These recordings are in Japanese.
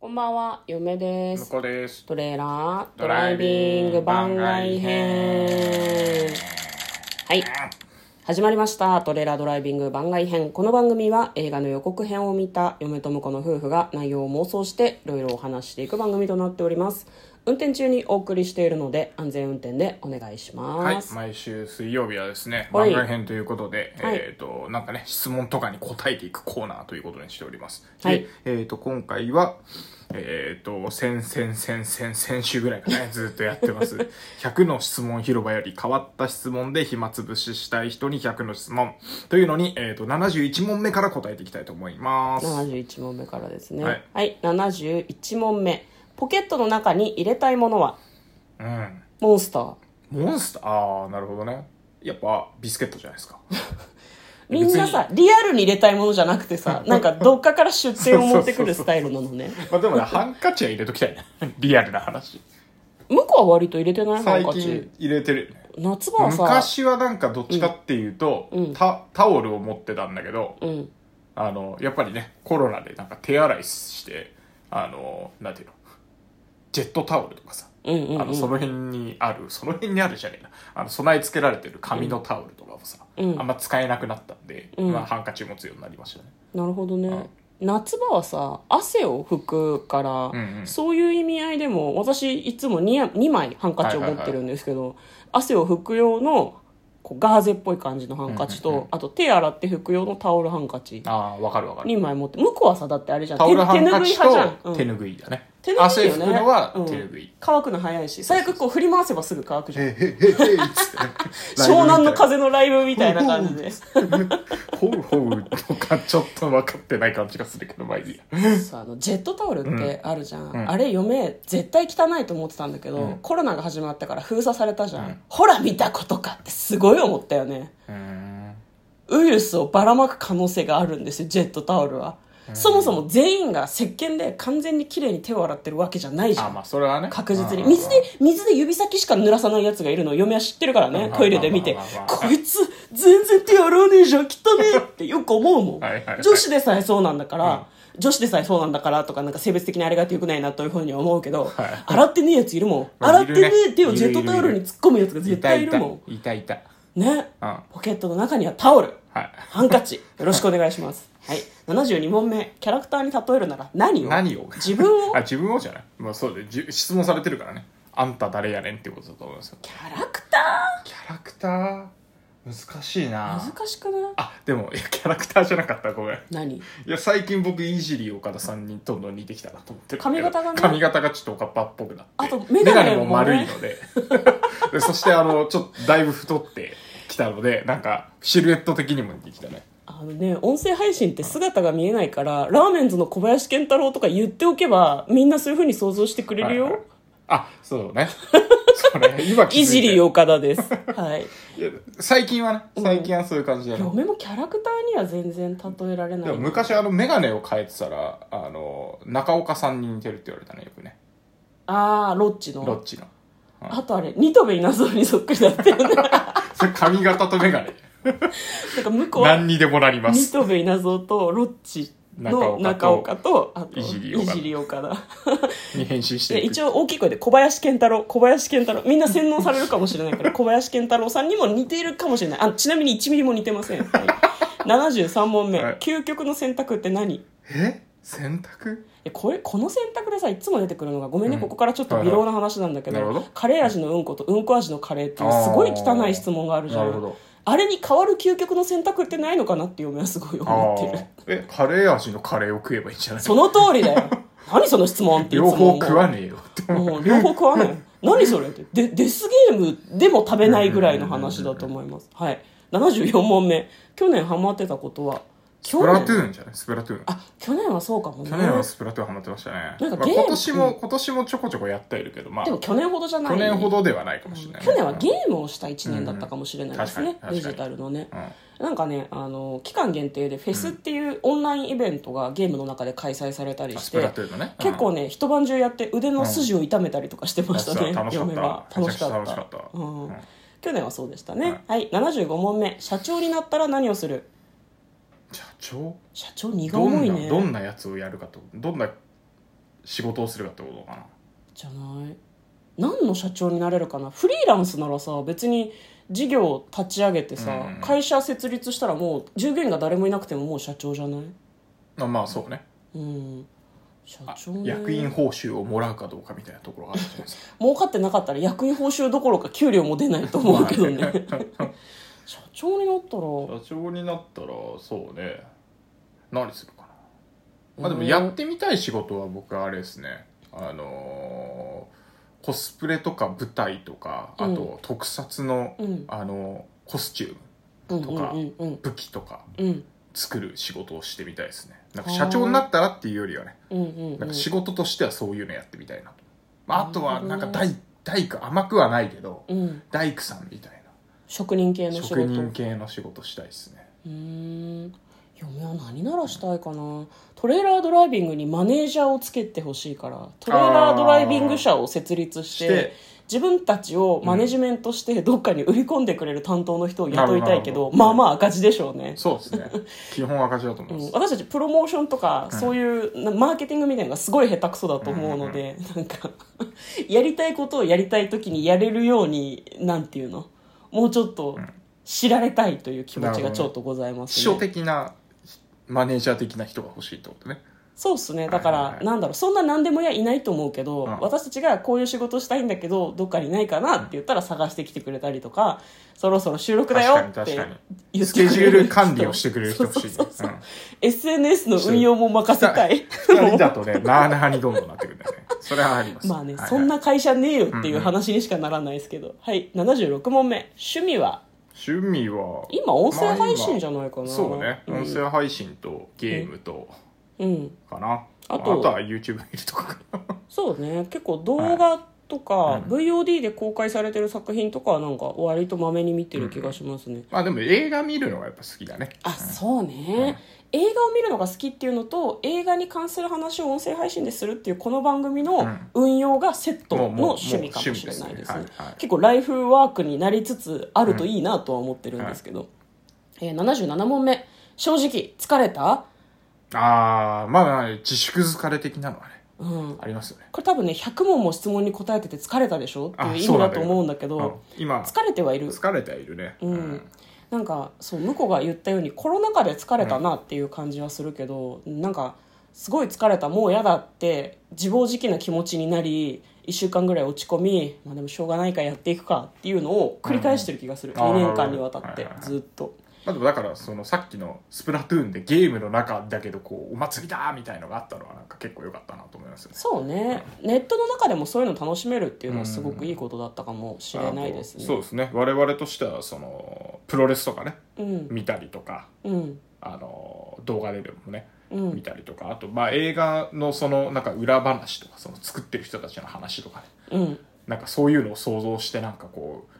こんばんは、嫁で向す。こうですトレーラードライビング番外編。はい。始まりました。トレーラードライビング番外編。この番組は映画の予告編を見た嫁と婿の夫婦が内容を妄想していろいろお話ししていく番組となっております。運転中にお送りしているので安全運転でお願いしはいま、す。毎週水曜日はですね、は番い外編ということで、はいえっ、と、なんかね、質問とかに答えていくコーナーということにしております。はいで、えっ、と、今回は、えっ、と、先々先々先週ぐらい かね、ずっとやってます。100の質問広場より変わった質問で暇つぶししたい人に100の質問というのに、えっ、と、71問目から答えていきたいと思います。 71問目からですね。ははいい、 71問目。ポケットの中に入れたいものはうん。モンスター。モンスター、あー、なるほどね。やっぱ、ビスケットじゃないですか。みんなさ、リアルに入れたいものじゃなくてさ、 なんかどっかから出店を持ってくるスタイルなのね。まあ でもね、ハンカチは入れときたいね。 リアルな話。向こうは割と入れてないハン最カチ近。入れてるよね。夏場はさ、昔はなんかどっちかっていうと、うんタタオルを持ってたんだけど、うん。あの、やっぱりね、コロナでなんか手洗いして、あの、なんていうの、ジェットタオルとかさ、うんうん、あの、その辺にある、その辺にあるじゃねえな。あの、備え付けられてる紙のタオルとかもさ、うんあんま使えなくなったんで、うんまあハンカチ持つようになりましたね。なるほどね。夏場はさ、汗を拭くから、んうんそういう意味合いでも、私いつも 2, 2枚ハンカチを持ってるんですけど、汗を拭く用のこうガーゼっぽい感じのハンカチと、うんうんうんあと手洗って拭く用のタオルハンカチ。ああ、わかるわかる。 2枚持って、向こうはさ、だってあれじゃん。タオルハン手カ拭いチ派じゃん。うんと手ぬぐいだね。手拭いよね汗拭くのは手ぬぐい。乾くの早いし最悪こう振り回せばすぐ乾くじゃんへへへへっつってね 湘南の風のライブみたいな感じでほうほうとかちょっと分かってない感じがするけどまあいいやさあのジェットタオルってあるじゃん、んあれ嫁絶対汚いと思ってたんだけど、コロナが始まったから封鎖されたじゃん、うんほら見たことかってすごい思ったよねうんウイルスをばらまく可能性があるんですよジェットタオルは、そもそも全員が石鹸で完全に綺麗に手を洗ってるわけじゃないじゃあんまあそれはね確実にうんうんうん水で水で指先しか濡らさないやつがいるのを嫁は知ってるからうんうんねうんトイレで見てうんうんうんこいつ全然手洗わねえじゃん汚ねえってよく思うもんはいはいはい女子でさえそうなんだから女子でさえそうなんだからとかなんか性別的にあれがよくないなというふうには思うけどはい洗ってねえやついるもんまあ洗ってねいるえね手をジェットタオルに突っ込むやつがい絶た対いいるたもいたいたんねうんポケットの中にはタオルはいハンカチよろしくお願いし ますはい72問目キャラクターに例えるなら何を何を自分をあ自分をじゃないまあそうでじ質問されてるからねあんた誰やねんってことだと思いますよキャラクタキャラクター難しいなー難しくないあでもいやキャラクターじゃなかったごめん何いや最近僕いじり岡田さんにどんどん似てきたなと思ってるん髪だけど型がね髪型がちょっとおかっぱっぽくなってあと眼鏡もねも丸いので でそしてあのちょっとだいぶ太ってきたのでなんかシルエット的にも似てきたねあのね、音声配信って姿が見えないから、ラーメンズの小林健太郎とか言っておけば、みんなそういう風に想像してくれるよ。はいはいあそ うねそれ今気づいいじりよ岡田です。はい。最近はね最近はそういう感じだね、嫁もキャラクターには全然例えられなでい。も昔あの眼鏡を変えてたらあの中岡さんに似てるって言われたねよくねあー、ロッチロッの。チのあとあれ、ニトベ稲造にそっくりだったよ ね。それ髪型と眼鏡なんか向こうは、何にでもなりまニすトベ稲造とロッチの中中岡岡と、あと、いじり岡田いじり岡田。に変身していでく一応大きい声で小林健太郎小林健太郎みんな洗脳されるかもしれ ないから小林健太郎さんにも似ているかもしれないあちなみに1ミリも似てません、はい、73問目、はい究極の選択って何いえ選択やこれこの選択でさいつも出てくるのがごめんね、うんここからちょっと微妙な話なんだけど,、はいはいなるほどカレー味のうんことうんこ味のカレーっていうすごい汚い質問があるじゃなるほんどあれに変わる究極の選択ってないのかなって嫁はすごい思って るあーえカレー味のカレーを食えばいいんじゃないその通りだよ何その質問っていつも両思う方食わねえよって思うもう両方食わない何それってデデスゲームでも食べないぐらいの話だと思いますはい74問目去年ハマってたことはスプ去ラトゥ年ーンじゃないスプラトゥーンあ去年はそうかもね去年はスプラトゥーンハマってましたねなんかまあゲーム今年も今年もちょこちょこやってはいるけどまあでも去去年ほどじゃない年ほどではないかもしれない去年はゲームをした1年だったかもしれないですうんね確かにデ確かにジタルのねうんうんなんかねあの期間限定でフェスっていうオンラインイベントがゲームの中で開催されたりあしスて、プラトゥーンのね結構ね一晩中やって腕の筋を痛めたりとかしてましたね、うん楽しかっ嫁たは楽楽ししかかっったたうんうん去年はそうでしたねはい、75問目社長になったら何をする社長社長荷がど重んいなねどんなやつをやるかとどんな仕事をするかってことかなじゃない何の社長になれるかなフリーランスならさ別に事業を立ち上げてさ、うん会社設立したらもう従業員が誰もいなくてももう社長じゃないまあまあそうねうん社あ長ね役員報酬をもらうかどうかみたいなところがあるじゃないですか儲かってなかったら役員報酬どころか給料も出ないと思うけどね 社長になったら 社長になったらそうね何するかな、まあ、でもやってみたい仕事は僕はあれですねあのーコスプレとか舞台とかあと特撮の、うんあのーコスチュームうんうとんかうんうん武器とかうん作る仕事をしてみたいですねなんかあー社長になったらっていうよりはねうんうんうなんかん仕事としてはそういうのやってみたいなと、まあ、あとはなんかなる大大工甘くはないけどうん大工さんみたい職人系なの仕職事人系の仕事したいですねうーん嫁は何ならしたいかなトレーラードライビングにマネージャーをつけてほしいからトレーラードライビング社を設立してして自分たちをマネジメントしてどっかに売り込んでくれる担当の人を雇いたいけどなるほどまあまあ赤字でしょうねそうです ね基本赤字だと思います、うん私たちプロモーションとか、そういうなマーケティングみたいなのがすごい下手くそだと思うので、なんか やりたいことをやりたい時にやれるようになんていうのもうちょっと知られたいという気持ちがちょっとございます秘書的なマネージャー的な人が欲しいってことねそうっすねだから、はいはいはいなんだろうそんな何でもやいないと思うけど、うん私たちがこういう仕事したいんだけどどっかにないかなって言ったら探してきてくれたりとか、そろそろ収録だよって確かに確か言っスケてくジれューるル管理をしてくれる人欲しい、ね、そうそうそうそううん SNS の運用も任せたい二人だとねなあなあにどんどんなってくるんだよねそれはありま すまあね、はいはいそんな会社ねえよっていう話にしかならないですけど、はい76問目趣味は趣味は今音声配信じゃゃないかな、そうね、ん音声配信とゲームとうんかなあとあとは YouTube 見るとかかな そうね結構動画とか、VOD で公開されてる作品とかはなんか割とまめに見てる気がしますね、まあでも映画見るのがやっぱ好きだねあそうね、映画を見るのが好きっていうのと映画に関する話を音声配信でするっていうこの番組の運用がセットのもうもうもう趣味かもしれないですね趣味ですねはいはい結構ライフワークになりつつあるといいなとは思ってるんですけど、えー77問目正直疲れた、ああまあまあ自粛疲れ的なのはねうん、ありますよねこれ多分ね100問も質問に答えてて疲れたでしょっていうあ意そ味うなだんだとよ思うんだけどうん今疲れてはいる疲れてはいるねうん、なんかそう向こうが言ったようにコロナ禍で疲れたなっていう感じはするけど、なんかすごい疲れたもう嫌だって自暴自棄な気持ちになり1週間ぐらい落ち込み、まあ、でもしょうがないからやっていくかっていうのを繰り返してる気がする、うん2年間にわたってあーずっと。まあ、でもだからそのさっきの「スプラトゥーン」でゲームの中だけどこうお祭りだみたいのがあったのはなんか結構良かったなと思いますよねそうねネットの中でもそういうの楽しめるっていうのはすごくいいことだったかもしれないですあねとそうですね我々としてはそのプロレスとかねうん見たりとかうんあの動画ででもねうん見たりとかあとまあ映画のそのなんか裏話とかその作ってる人たちの話とかねうんなんかそういうのを想像してなんかこう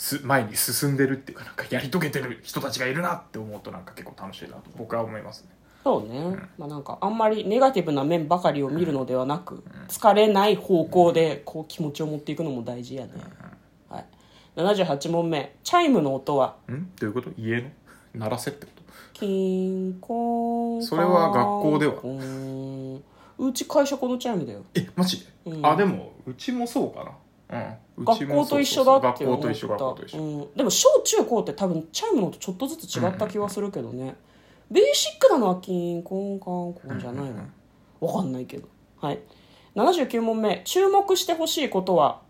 す前に進んでるっていうかなんかやり遂げてる人たちがいるなって思うとなんか結構楽しいなと僕は思いますねそうね、まあ、なんかあんまりネガティブな面ばかりを見るのではなく、疲れない方向でこう気持ちを持っていくのも大事やね、はい、78問目チャイムの音はんどういうこと家の鳴らせってことキンコーンそれは学校ではカーンうち会社このチャイムだよえマジで、うんあでもうちもそうかなうんうち学も校そとう一そ緒うそだうって思学っ校たと一緒学校と一緒、うん、でも小中高って多分チャイムの音ちょっとずつ違った気はするけどね、ベーシックなのはキンコンカンコンじゃないの、わかんないけどはい79問目注目してほしいことは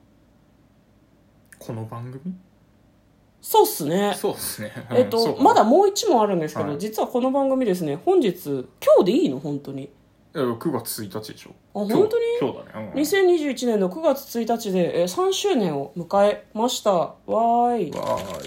この番組そうっすねそうですねえっうんそとう、かまだもう1問あるんですけど、はい実はこの番組ですね本日今日でいいの本当にえ9月1日でしょあ今日本当に今日だね、うん2021年の9月1日で、えー3周年を迎えましたわーいわー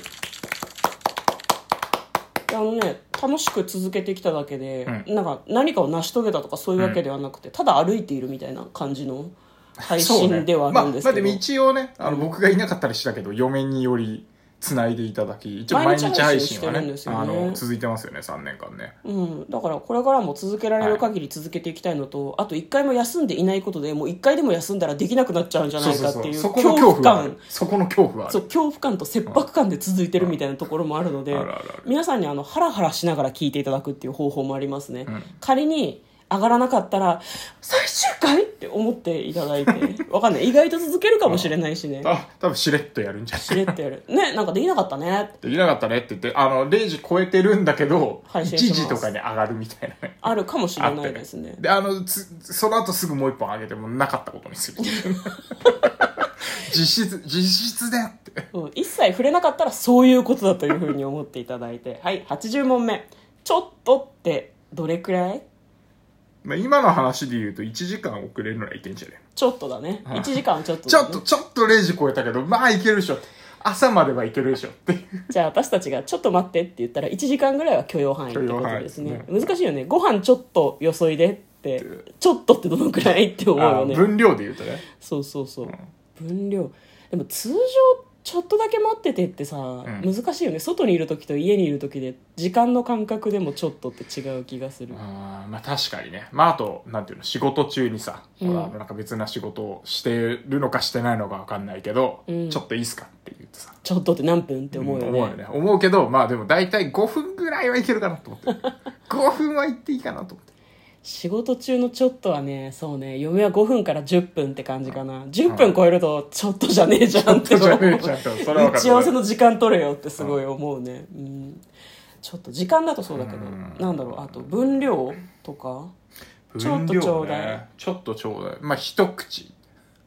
いあのね楽しく続けてきただけで、うなんか何かを成し遂げたとかそういうわけではなくて、ただ歩いているみたいな感じの配信ではあるんですけそど、うねまあ、まあでも一応ねあの僕がいなかったりしたけど嫁によりつないでいただき一応毎毎日日配信はね配信してるあんですよねの続いてますよね3年間ねうん、だからこれからも続けられる限り続けていきたいのと、あと1回も休んでいないことでもう1回でも休んだらできなくなっちゃうんじゃないかっていうそ恐この恐怖怖はあ感るそこの恐怖はあそうる恐怖感と切迫感で続いてるみたいなところもあるのであるあるある皆さんにあのハラハラしながら聞いていただくっていう方法もありますね、仮に上がらなかったら最終回って思持っていただい てわかんない意外と続けるかもしれないしねあ、多分しれっとやるんじゃしないれってやるねなんかできなかったねできなかったねって言って、あの、0時超えてるんだけど、配信1します時とかに上がるみたいなね。あるかもしれあっなたいよですねで、あの、つその後すぐもう一本上げてもなかったこと にする。実質、実質でって。うん、一切触れなかったらそういうことだというふうに思っていただいてはい80問目ちょっとってどれくらいまあ、今の話で言うと1時間遅れるのはいけんじゃねちょっとだね1時間はちょっとちだょね、っと、ちょっと0時超えたけど、まあいけるでしょって。朝まではいけるでしょっていう。じゃあ私たちが「ちょっと待って」って言ったら1時間ぐらいは許容範囲ってことですね許難しいよねご飯ちょっとよそいでってちょっとってどのくらいって思うあよーね分量で言うとね。そうそうそう、分量でも通常ちょっとだけ待っててってさ、ん難しいよね外にいる時と家にいる時で時間の感覚でもちょっとって違う気がする、あーまあ確かにね。まああと、なんていうの、仕事中にさ、うんほら、なんか別な仕事をしてるのかしてないのかわかんないけど、うんちょっといいっすかって言ってさ。ちょっとって何分って思うよね,、思うよね。思うけど、まあでも大体5分ぐらいはいけるかなと思って。5分 はいっていいかなと思って。仕事中のちょっとはねそうね嫁は5分から10分って感じかな、10分超えるとちょっとじゃねえじゃんってちょっとじ思ゃうねえじゃんってそれは分かる打ち合わせの時間取れよってすごい思うね、うん、ちょっと時間だとそうだけど、うんなんだろうあと分量とかちょっとちょうだい分量ね。ちょっとちょうだい。まあ一口。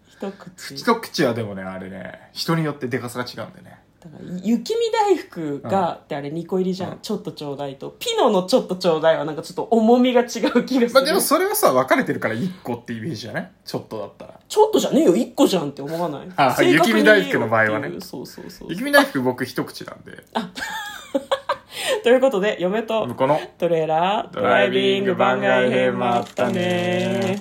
一口一口はでもね、あれね、人によってでかさが違うんでね。だから雪見大福が、ってあれ2個入りじゃん、うんちょっとちょうだいとピノのちょっとちょうだいはなんかちょっと重みが違う気がすまある、でもそれはさ、分かれてるから1個ってイメージじゃないちょっとだったら。ちょっとじゃねえよ1個じゃんって思わないあ正確に雪見大福の場合はねっていうそうそうそう雪見大福僕一口なんで、 ということで嫁と向こうのトレーラードドライビング番外編もあったね